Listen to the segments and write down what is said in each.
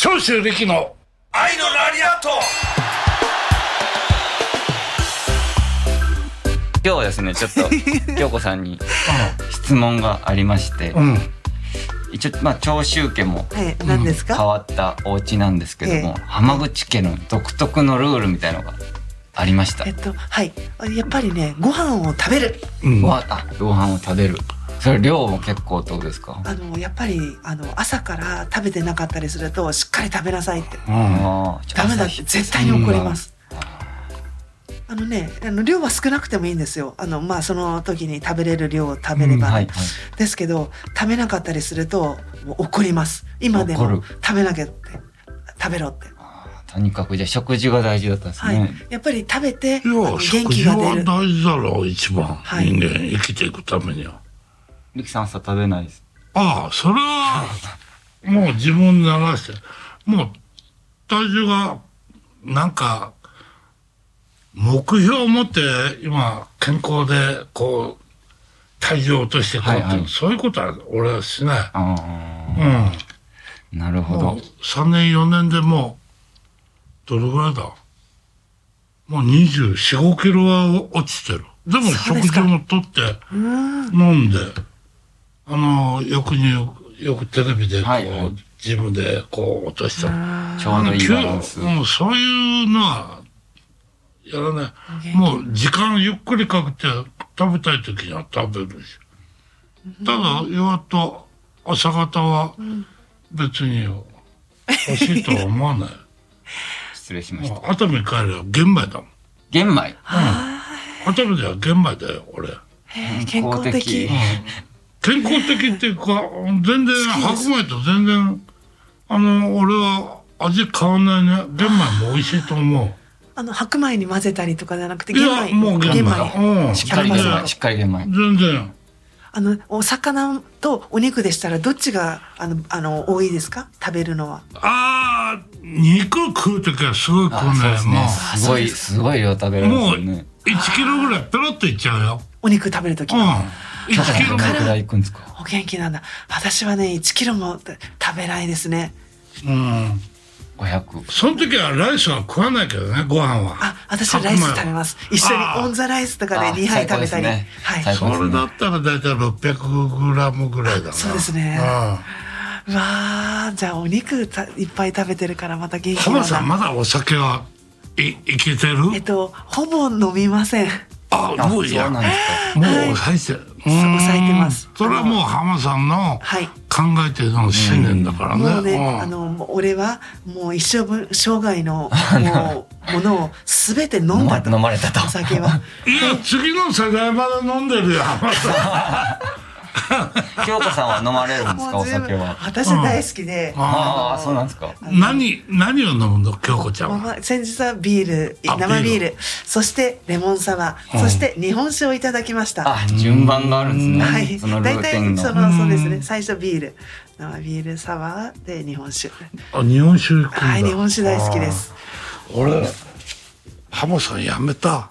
長州力の愛のラリアット今日はですねちょっと 京子さんに質問がありまして、うん一応まあ長州家もええ、何です変か。わったお家なんですけども、え浜口家の独特のルールみたいのがありましたえっと、はい、やっぱりね、ご飯を食べる。うんわあご飯を食べるそれ量も結構ってことですか、あの、やっぱり、あの、朝から食べてなかったりすると、しっかり食べなさいって。うんああちょダメだっ朝日て、絶対に怒ります。あのね、あの量は少なくてもいいんですよ。あの、まあ、その時に食べれる量を食べれうんば。はいはいですけど、食べなかったりすると、もう怒ります。今で怒もる食べなきゃって、食べろって。あーとにかくじゃあ食事が大事だったんですはね、い、やっぱり食べて、あいのや元食気事がは出る。大事だろう一番、はい人間生きていくためにはリキさん朝食べないですああそれはもう自分で流してもう体重がなんか目標を持って今健康でこう体重を落としていこうって、はいはいそういうことは俺はしないあうんあなるほもどう3年4年でもうどれぐらいだもう2 4 5キロは落ちてるでもそ食うです事かもとってうん。飲んであのよくによくテレビでこう、はいはいジムでこう落としたちょうどいい急バランスもうそういうのはやらないもう時間ゆっくりかけて食べたい時には食べるし、ただ岩と朝方は別に欲しいとは思わない失礼しましもたう熱海帰れば玄米だもん玄米熱海では玄米だよ俺えー健康的。健康的っていうか全然白米と全然あの俺は味変わんないね玄米も美味しいと思うあの白米に混ぜたりとかじゃなくてい玄や米もう玄米だうんしっかり玄米しっかり玄米全然あのお魚とお肉でしたらどっちがあのあの多いですか食べるのはああ肉食う時はすごい食うあそうですねねすごいすごい量食べられますもうもようね1キロぐらいペロッといっちゃうよお肉食べる時、うきん今日1キロどぐらのいくらい行くんですかお元気なんだ私はね1キロも食べないですねうん500その時はライスは食わないけどねご飯はあ私はライス食べます一緒にあーオンザライスとかあで2最杯食高でべすたり、ねは最い高それだったら大体600グラムぐらいだなそうですねうんうわーじゃあお肉たいっぱい食べてるからまた元気浜さなんんだまだお酒はいいけてるえっとほぼ飲みませんああもそうういやなもんうで抑えてする抑えてますうーんそれはもう浜さんのはい考えてるの信念だからねもうね、うんあの、もう俺は、もう一生分、生涯 の、もう、ものをすべて飲か飲んまだと。 飲まれたとお 酒は。いや次の世代まで飲んでるよ浜さん京子さんは飲まれるんですかもおう全酒部は私大好きで、ああそうなんですか何何を飲むの京子ちゃんまあは、まあ先日はビール、あ生ビービール、そしてレモンサワー、そして日本酒をいただきました。あ順番があるんですね、はい。そのル大ーティン体、のその、そうですね。最初ビール、生ビールサワーで日本酒。あ日本酒行くんだはい、日本酒大好きです。あー俺浜さんやめた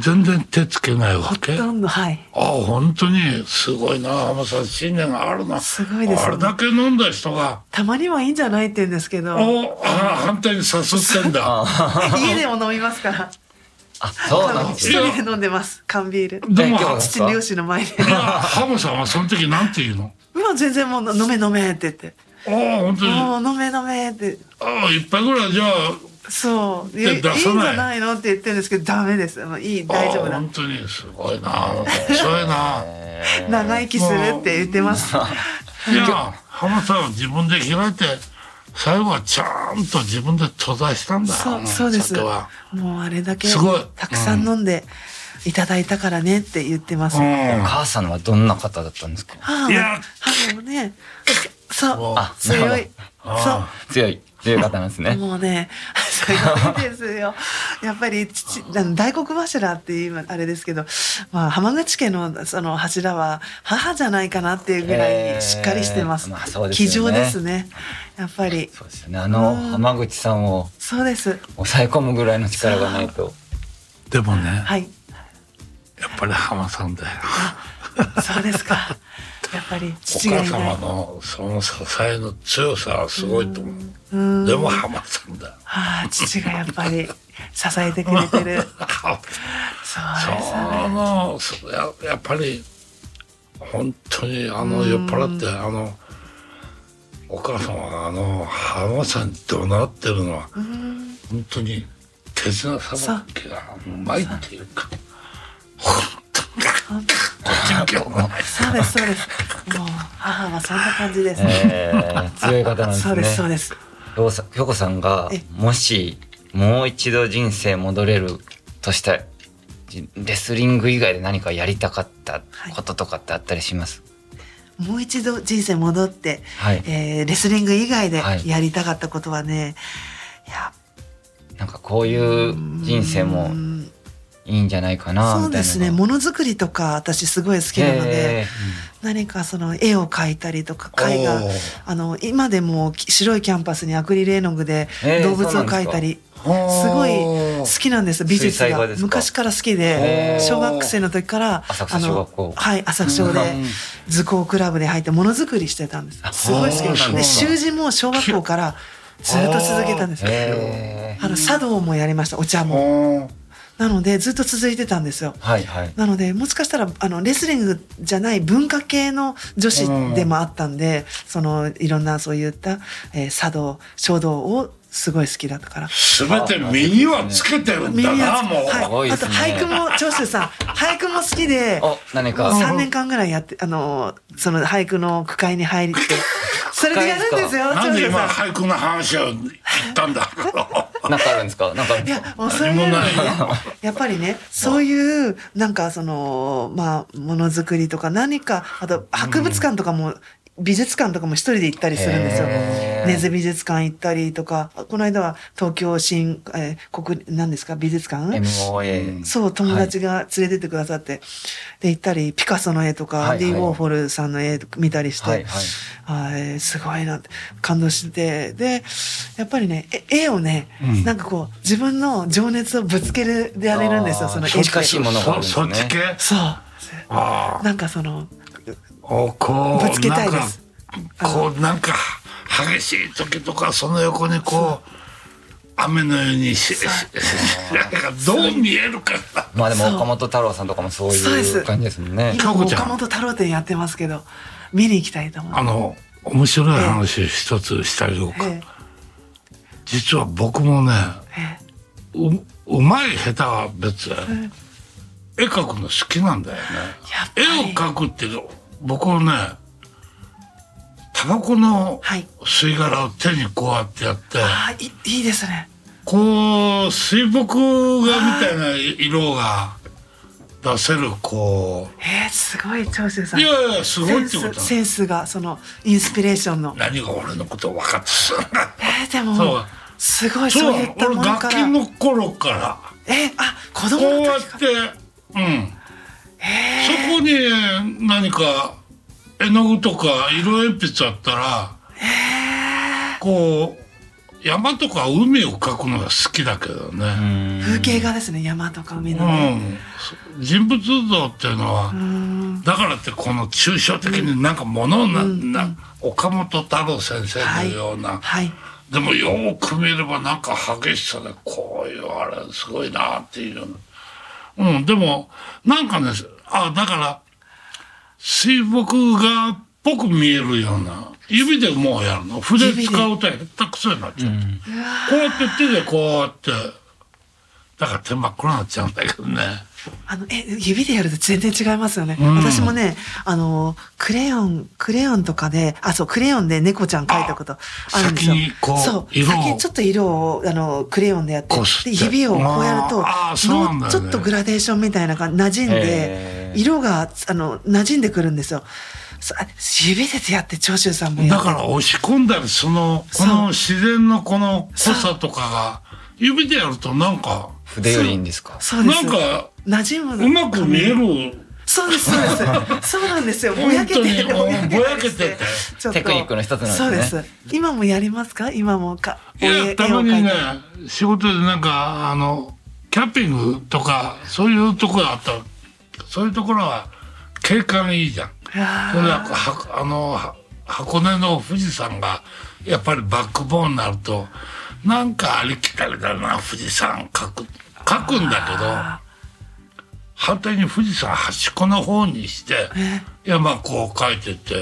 全然手つけないわほけとんど、はい。あ本当にすごいな浜さん信念があるなすごいですねあれだけ飲んだ人がたまにはいいんじゃないって言うんですけど、おあ反対に誘ってん だ家でも飲みますから。あそうなんです一ね人で飲んでます缶ビールでもえ今日父漁師の前でいやハムさんはその時なんて言うの今全然もう飲め飲めって言ってああ本当にあもう飲め飲めってあ一杯ぐらいじゃあそういやいいん出さないじゃないのって言ってるんですけどダメですもういい大丈夫あだ本当にすごいな面白いな長生きするって言ってますいやハムさんは自分で開いて最後はちゃんと自分で登山したんだそうそうです酒はもうあれだけすごいたくさん飲んでいただいたからねって言ってますうんお母さんはどんな方だったんですか母いはや母もねそうあ強いそう強い強い方なんですね もうね、すごいですよ。やっぱり父、あの大黒柱っていう今あれですけど、まあ浜口家のその柱は母じゃないかなっていうぐらいにしっかりしてます。えーまあそうですよね気丈ですね。やっぱり。そうですよねあのうん浜口さんをそうです。抑え込むぐらいの力がないとでもねはい。やっぱりハムさんだよ そうですか。やっぱりお父が母いな様い。のその支えの強さはすごいと思う。でもハマったんだ。ああ、父がやっぱり支えてくれて る。そうですね。そのそややっぱり本当にあの酔っ払ってあのお母様があの浜さんに怒鳴ってるのは本当に手品さばきがうまいっていうか本当に本当にそうです、そうです。もう、母はそんな感じです。えー強い方なんですね。そうです、そうです。京子さん京子さんがえもしもう一度人生戻れるとしたらじレスリング以外で何かやりたかったこととかってあったりします、もう一度人生戻って、はいえーレスリング以外ではいやりたかったことはね、やっなんかこういう人生もうんいいんじゃないかなみたいなそうですね、ものづくりとか私すごい好きなので、え何かその絵を描いたりとか、絵画おー、あの、今でもき白いキャンパスにアクリル絵の具でえー動物をそうなんですか描いたり、すごい好きなんです美術水彩画がですか昔から好きへでー小学生の時から浅草小学校あのはい浅草小でうん図工クラブで入ってものづくりしてたんですあすごい好きそうなんだで習字も小学校からずっと続けたんですーえあの茶道もやりましたお茶もなのでずっと続いてたんですよーはいはいなのでもしかしたらあのレスリングじゃない文化系の女子でもあったんでそのいろんなそういった、えー茶道書道をすごい好きだったからすべて身にはつけてるん耳だなやつもう。すごはいい、であすとね俳句も長州 さん俳句も好きでお何か3年間ぐらいやってあのその俳句の句会に入 りってそれでやるんですよな長んで州今さん俳句の話を言ったんだろう。なんかあるんですかなんかあるんでいすかやもうそれなのにね何もやっぱりねそういうなんかそのまあものづくりとか何かあと博物館とかも、美術館とかも一人で行ったりするんですよ。へー根津美術館行ったりとか、この間は東京新、えー国、何ですか美術館 MOA そう、友達が連れてってくださって、で、行ったり、ピカソの絵とか、はいディはー・いウォーホルさんの絵見たりして、はいはいあーえーすごいなって、感動して、で、やっぱりね、え絵をね、なんかこう、自分の情熱をぶつけるでやれるんですよ、あーその絵って。近しいものがあるんそですそっちね系そう。あなんかその、あ、こう、ぶつけたいですなんかこう、なんか、激しい時とか、その横にこう、雨のようにし、しなんかどう見えるかな。まあでもそう岡本太郎さんとかもそうそうでいすう感じですもんね今京子ちゃん岡本太郎展やってますけど、見に行きたいと思う。あの、面白い話一つしたりとえか、え実は僕もね、えううまい下手は別、絵描くの好きなんだよねやっぱ絵りを描くっていうの僕はねタバコのはい吸い殻を手にこうやってやって、えああ、いいいですね。こう水墨画みたいな色が出せるこえー、すごい、長州さ。うんいやいやすごセいンってことスだセンスがそのインスピレーションの何が俺のことを分かってすんだえー、でもそうすごいそそううい俺ったものか楽器らの頃からえー、あ子こ供うのやっ時からてうんそこに何か絵の具とか色鉛筆あったら、こう、山とか海を描くのが好きだけどね。風景画ですね山とか海うのね、ん。人物像っていうのうは、んだからってこの抽象的になんかものな、な、岡本太郎先生のような、はいでもよく見ればなんか激しさで、こういうあれすごいなっていうような。うん、でも、なんかね、あ、だから、水墨画っぽく見えるような、指でもうやるの。筆指で使うと下手くそになっちゃう。こうやって手でこうやって、だから手真っ黒になっちゃうんだけどね。あのえ指でやると全然違いますよね、ん私もねあのクレヨンクレヨンとかであそうクレヨンで猫ちゃん描いたことあるんですよ先にこうそう色を先にちょっと色をあのクレヨンでやってこすってで指をこうやるとあーあーそうなんだよねもうちょっとグラデーションみたいな感じ馴染んで、へー色があの馴染んでくるんですよさ指でやって長州さんもやだってから押し込んだり、その、この自然のこの濃さとかが、指でやるとなんか、筆よりいいんですかそうですなんか、馴染むのうまく見える。そうですそうですそうなんですよぼやけてて本当にうんぼやけててちょっとテクニックの一つなんですねそうです今もやりますか今もかいお絵や、たまに絵を描いねて、仕事でなんか、あの、キャンピングとか、そういうところあった。そういうところは、景観いいじゃん。それははあのは箱根の富士山がやっぱりバックボーンになるとなんかありきたりだな富士山書く書くんだけど反対に富士山端っこの方にして山こう書いてって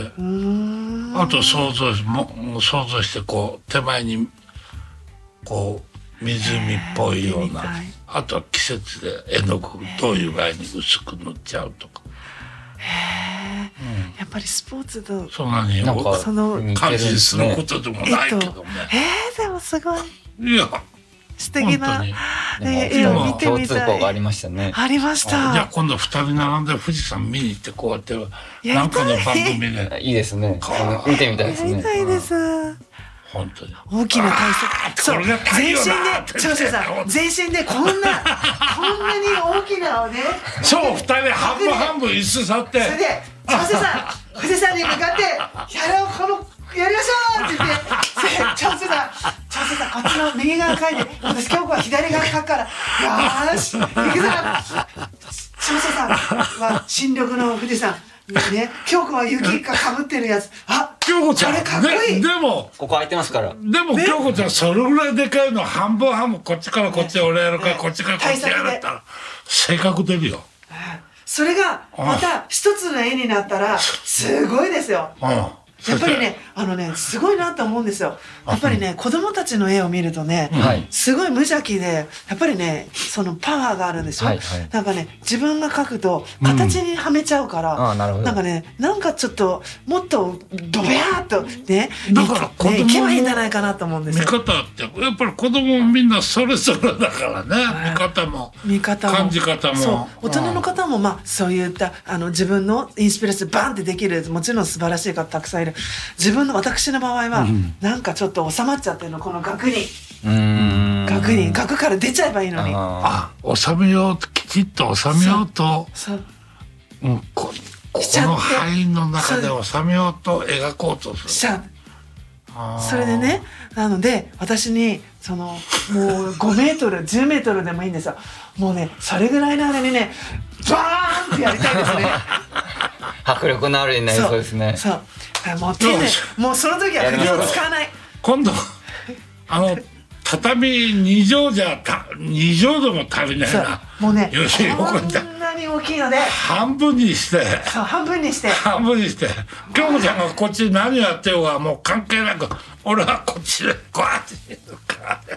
あと想像しももう想像してこう手前にこう湖っぽいような、あとは季節で絵の具どういう具合に薄く塗っちゃうとか。へえ、うん、やっぱりスポーツとそんなになんかその似てる感んで心すするねことでもえないっけとどね。えー、でもすごいいや、素敵本な当にえ絵を見て共み通たい項がありましたね。ありましじゃあた。今度二人並んで富士山見に行ってこうやっていなんかの番組でいいですねか。見てみたいですやりね。たいです。本当に。大きな体あー操。そうこれが太全陽身だで、長州さん、全身でこ んなこんなに大きなをね。そう二人半分半分椅子座ってそれで長州さん、富士山に向かってやろうこのやりましょうって言って、それで長州さん。長州さんこっちの右側書いて私今日は左側書くからよーし行くぞ長州さんは新緑の富士山ね京子は雪がかぶってるやつあ京子ちゃんあれかっこいいねでもここ空いてますから。でも京子ちゃんそれぐらいでかいの半分半分こっちからこっちへ俺やるからこっちからこっちへやるったら性格出るよ。それがまた一つの絵になったらすごいですよ。うん。やっぱりね、あのね、すごいなと思うんですよ。やっぱりね、子供たちの絵を見るとね、はいすごい無邪気で、やっぱりね、そのパワーがあるんですよ。はいはいなんかね、自分が描くと形にはめちゃうから、ああなるほどんかね、なんかちょっと、もっとドベアーっとね、だから子供もね、いけばいいんじゃないかなと思うんです見よ。方ってやっぱり子供もみんなそれぞれだからね見方も見方も感じ方もそう大人の方もまあそういったあの自分のインスピレーションバンってできるもちろん素晴らしい方たくさんいる自分の私の場合は、なんかちょっと収まっちゃってるのこの額にうーん。額に額から出ちゃえばいいのにああ収めようときちっと収めようとそううんここしちゃっての範囲の中で収めようと描こうとしすちるゃうあーそれでねなので私にそのもう5メートル10メートルでもいいんですよもうねそれぐらいの間にねバーンってやりた いですねー迫力のある絵になりそうですね。そうあもう手でもうその時は筆を使わない今度あの畳2畳じゃた2畳でも足りないそうなもうねよしよかったこんなに大きいので半分にしてそう半分にして半分にして京子ちゃんがこっちで何やってようがもう関係なく俺はこっちでこうやってやるからって。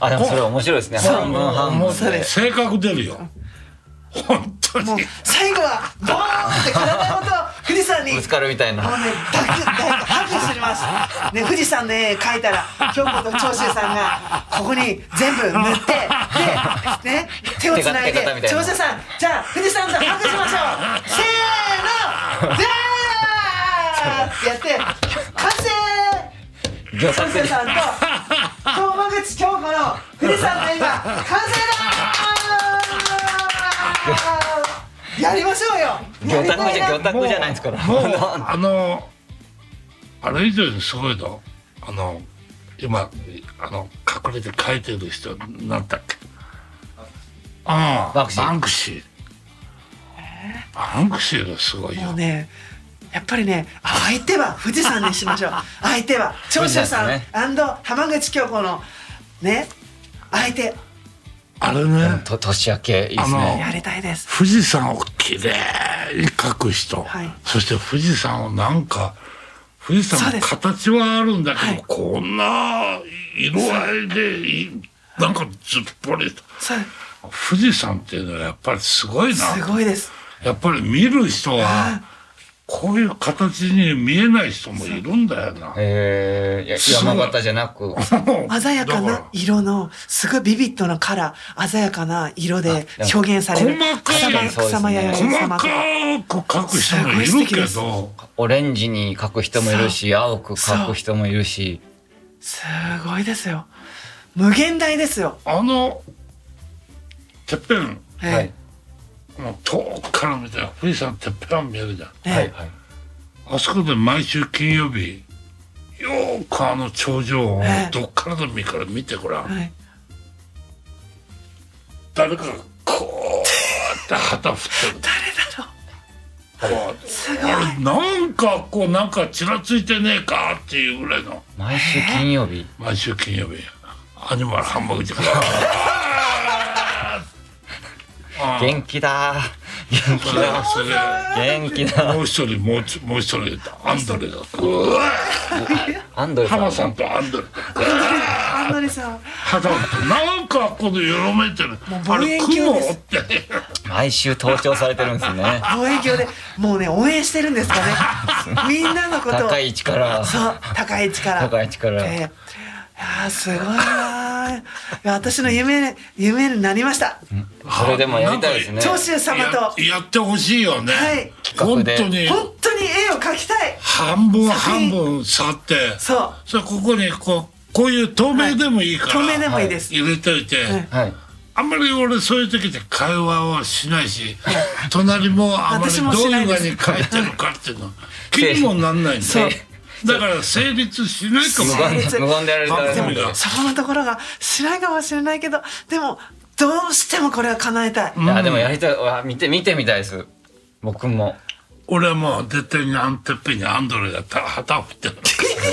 あでもそれ面白いですね。半分半もう分性で。格出るよ本当もうに最後はボーンって体ごと富士山にもうぶねつかるみたいな。抱き抱きハグしますね富士山の絵描いたら京子と長州さんがここに全部塗ってでね手をつないで手が手形みたいな長州さんじゃあ富士山とハグしましょうせーのじゃーってやって完成秒長殺州で。さんと東間口京子の富士山の今完成 だーやりましょうよ魚拓じゃ魚やりたいな拓じゃないですから。もう あのあれ以上にすごいのあの今あの隠れて書いてる人なんだっけああバンクシーバンクシーバンクシーがすごいもうよねやっぱりね相手は富士山にしま しょう相手は長州さん、富士浜口京子のね相手あれねと年明けいいですあね。やりたいです富士山をきれいに描く人、はいそして富士山をなんか富士そう山でのす形はあるんだけど、はいこんな色合いでいなんかずっぽりとそう富士山っていうのはやっぱりすごいなすごいですやっぱり見る人はこういう形に見えない人もいるんだよな。ええすごい山形じゃなく。鮮やかだなら色のすごいビビッドなカラー鮮やかな色であでも表現される細かい草間そうですね草間弥生細様かとかく描く人もいるけすどオレンジに描く人もいるし、青く描く人もいるし。すごいですよ無限大ですよ、あのてっぺんええはい。もう遠くから見たら富士山てっぺん見えるじゃんええはいはい。あそこで毎週金曜日よーくあの頂上をええどっからでもいいから見てごらん、はい誰かがこうやって旗振ってる誰だろあれなんかこうなんかちらついてねえかっていうぐらいの毎週金曜日毎週金曜日アニマルハンバーグじゃんあー元気だー元気だそれ元気だもう一人もうつもう一人アンドレがうわアンドレさん浜もさんとアンドレアンドリさん肌なんかこのよろめいてるうあ望れ遠雲鏡ですって毎週登場されてるんですね望遠鏡でもうね応援してる んですかねみんなのことを高い位置からそう高い力高い位置からえーいやーすごいなーいや私の夢夢になりましたそれでもやりたいですね長州様とややってほしいよね、はい本当に本当に絵を描きたい半分半分去ってそうそれここにこうこういう透明でもいいから、透明でもいいです、入れといて、いはいあんまり俺そういう時で会話をしないし 隣もあんまり私どうもしいなうい画でにす書いてるかっていう の気にもなんないんだそようだから成立しないかも無しれない言で無言でやられたらでもいやそこのところがしないかもしれないけどでもどうしてもこれは叶えたい、いやでもやりたいわ見て見てみたいです僕も俺はもう絶対にアンテッペにアンドレがた旗を振 ってる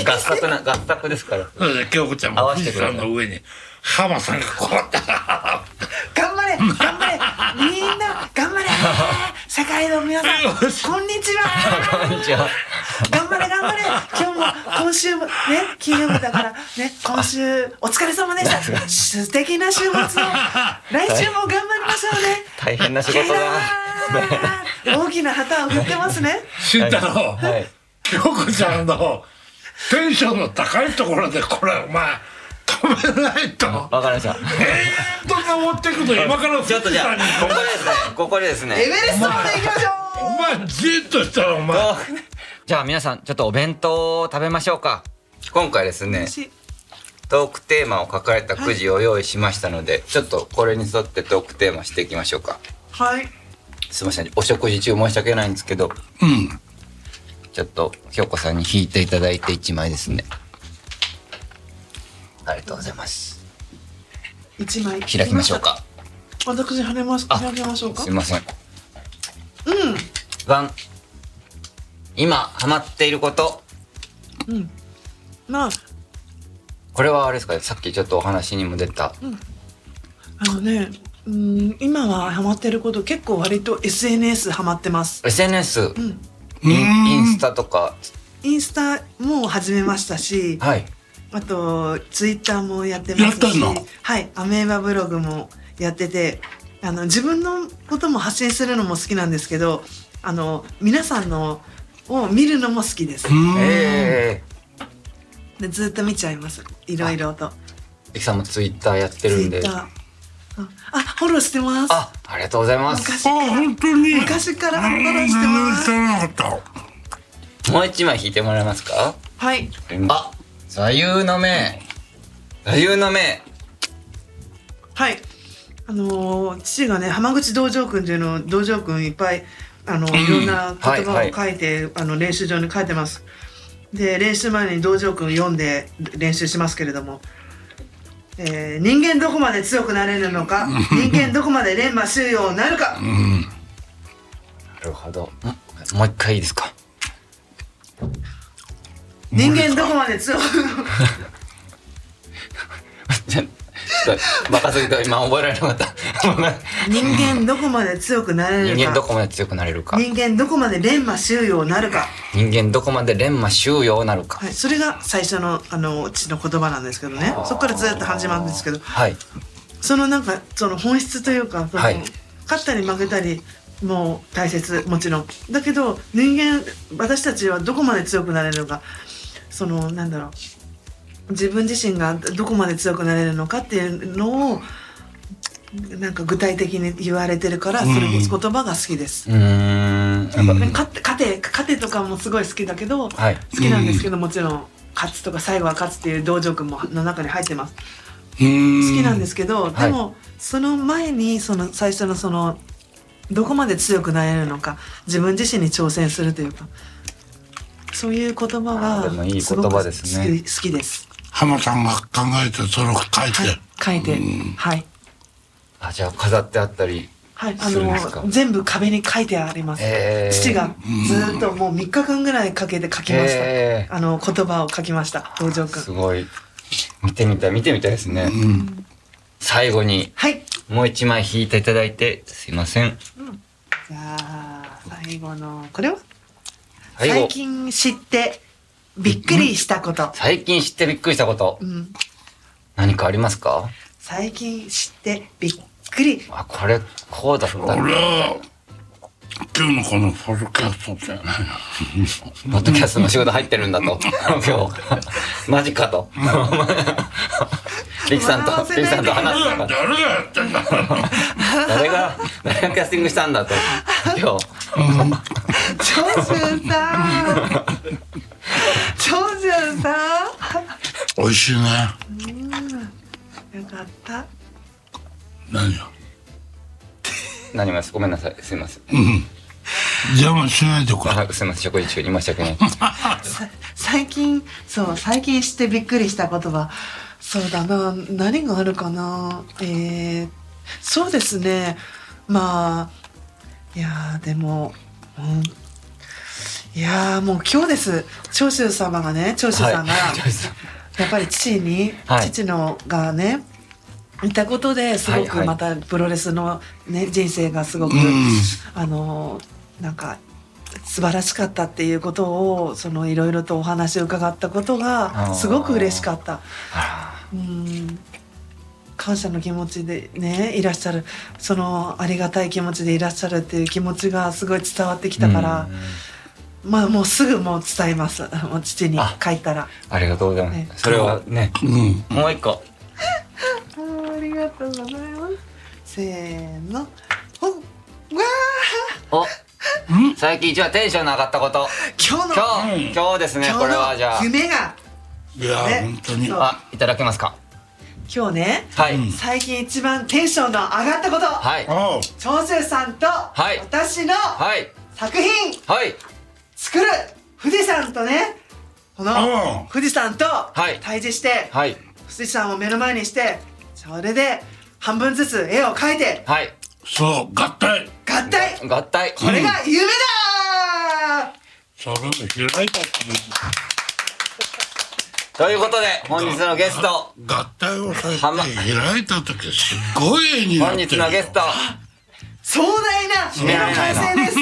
合作な合作ですからそれで京子ちゃん合もわ富せて士くれる山の上に浜さんがこうやって頑張れ頑張れみんな 頑張れ世界の皆さんよしこんにちはこんにちは頑張れ頑張れ今日も今週もね金曜日だからね今週お疲れ様でした素敵な週末を来週も頑張りましょうね大変な仕事だ キラー大きな旗を振ってますね慎太郎はい京子ちゃんのテンションの高いところでこれお前止めないと わかりましたえーと登っていくと今から富ちょっと士じゃ山あにここでですねここでですエベレねストまで行きましょうお前じーっとしたらお前おじゃあ皆さんちょっとお弁当を食べましょうか今回ですねしトークテーマを書かれたくじを用意しましたのでちょっとこれに沿ってトークテーマしていきましょうかはいすいませんお食事中申し訳ないんですけどうんちょっと京子さんに引いていただいて一枚ですねありがとうございます一枚開きましょうか私跳ねますあ開けましょうかすいませんうん1今ハマっていることまあこれはあれですかねさっきちょっとお話にも出た、あのねうーん今はハマってること結構割と SNS ハマってます SNS、イんンうんインスタとかインスタも始めましたしはいあとツイッターもやってますしやってんのはいアメーバブログもやっててあの自分のことも発信するのも好きなんですけどあの皆さんのを見るのも好きですええでずっと見ちゃいますいろいろとー、いきさんもツイッターやってツるんイッでターああフォローしてますあありがとうございます昔あから本当に昔からうん話してま全然す知らなかっもう一枚引いてもらえますかはいあ座右の銘座右の銘はい。あのー父がね浜口道場君というのを道場君いっぱいあのいろんな言は葉いを書いて、あの練習場に書いてます。で練習前に道場君読んで練習しますけれども。えー人間どこまで強くなれるの か人間どこまで連磨収容なるかなるほどんもう一回いいですか人間どこまで強くちょっとバカすぎて今覚えられなかった人間どこまで強くな 人れる間どかこまで強くなれるか人間どこまで連磨収容なるか、人間どこまで錬磨収容なるかはい、それが最初のあの父の言葉なんですけどねそこからずっと始まるんですけどはいそのなんかその本質というかその、はい勝ったり負けたりもう大切もちろんだけど人間私たちはどこまで強くなれるのかそのなんだろう自分自身がどこまで強くなれるのかっていうのをなんか具体的に言われてるからそれうん言葉が好きです。うーんやっぱうん勝って勝て勝てとかもすごい好きだけど、はい好きなんですけどもちろん勝つとか最後は勝つっていう道場君もの中に入ってます。たうん好きなんですけど、んでも、その前にその最初のそのどこまで強くなれるのか自分自身に挑戦するというかそういう言葉あーでもがいい言すごく葉ですね好き好きです。浜さんが考えてそれを書いて、はい、書いて、はい、あじゃあ飾ってあったりはい、あするんですかの全部壁に書いてあります、えー父がずーっともう3日間ぐらいかけて書きました、えあの言葉を書きました道場ーす君ごい見てみたい見てみたいですね、うん。最後にはいもう一枚引いていただいてすいませんじゃあ最後のこれは最後最近知ってびっくりしたこと、最近知ってびっくりしたことうん、何かありますか最近知ってびっくりあこれこうだったこれは、今日のこのポッドキャストじ ゃないポッドキャストの仕事入ってるんだと今日マジか とリキさん笑わとせなリキいでさんと話したな。か誰がやってんだ誰が誰がキャスティングしたん だと今日長州さん長州さ美味しいね。んよかった何よ。何もですごめんなさいすいません邪魔しないでこれ。あすいません食事中に申し訳ないさ最近そう最近知ってびっくりしたことはそうだな何があるかなえー、そうですねまあいやーでも、うん、いやーもう今日です長州様がね長州さんが、はい長州さんやっぱり父に、はい父のがねいたことですごはいはくいまたプロレスの、ね、人生がすごく、うんあのなんか素晴らしかったっていうことをそのいろいろとお話を伺ったことあーがすごく嬉しかった。あうん感謝の気持ちでねいらっしゃるそのありがたい気持ちでいらっしゃるっていう気持ちがすごい伝わってきらたから、まあもうすぐもう伝えます もう父にあ帰ったらありがとうございます、ねそれはねうん。もう一個あーありがとうございますせーのほんうわお最近一番テンションの上がったことー今日の今うん日今日ですねこれはじゃあ今日の夢がいや、ね本当に。そうあいただけますか今日ねはい、うん最近一番テンションの上がったこと、はいあ長州さんとい私のはい作品はい作る富士山とねうこんの富士山とい対峙して、はい富士山を目の前にしてそれで半分ずつ絵を描いてはいそう、合体。合体合体これが夢だそれを開いたっていう。ということで本日のゲスト合体をされて開いた時すごい絵になっ本てる日のゲスト壮大な夢の完成です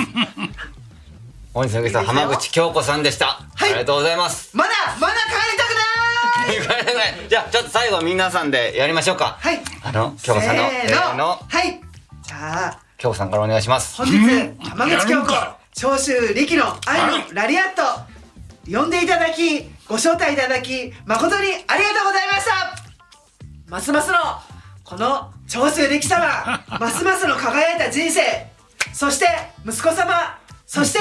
本日のゲスト浜口京子さんでした、はいありがとうございます まだまだ帰りたくないということでじゃあちょっと最後皆さんでやりましょうかはいあの京子さんのせせーーののはいじゃあ京子さんからお願いします本日浜口や京るん子か長州力の愛はのラリアット呼んでいただきご招待いただき誠にありがとうございましたますますのこの長州力 様ますますの輝いた人生そして息子様そ して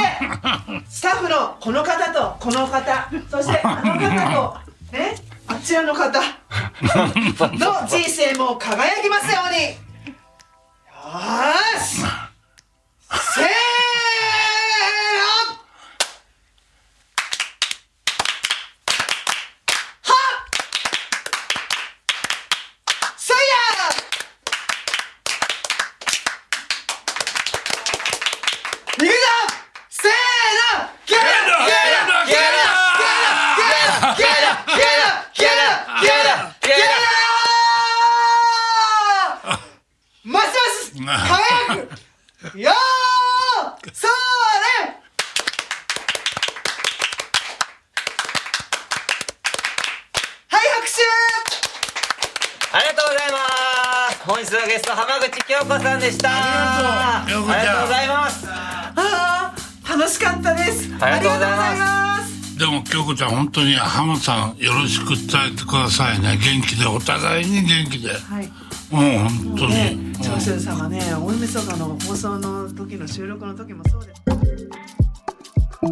スタッフのこの方とこの方そしてあの方 とねあちらの方の人生も輝きますようによーしせーのそいやー行くぞせーのゲラゲラゲラゲゲラゲラゲラゲラますます輝くよーそれはい拍手ありがとうございます本日のゲスト浜口京子さんでしたありがとう京子ちゃんありがとうございますあー楽しかったです。ありがとうございますありがとうございます。でも京子ちゃん本当に浜さんよろしく伝えてくださいね元気でお互いに元気ではい。もう本当に、ね、長州さんがね、大晦日の放送の時の収録の時もそう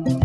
です。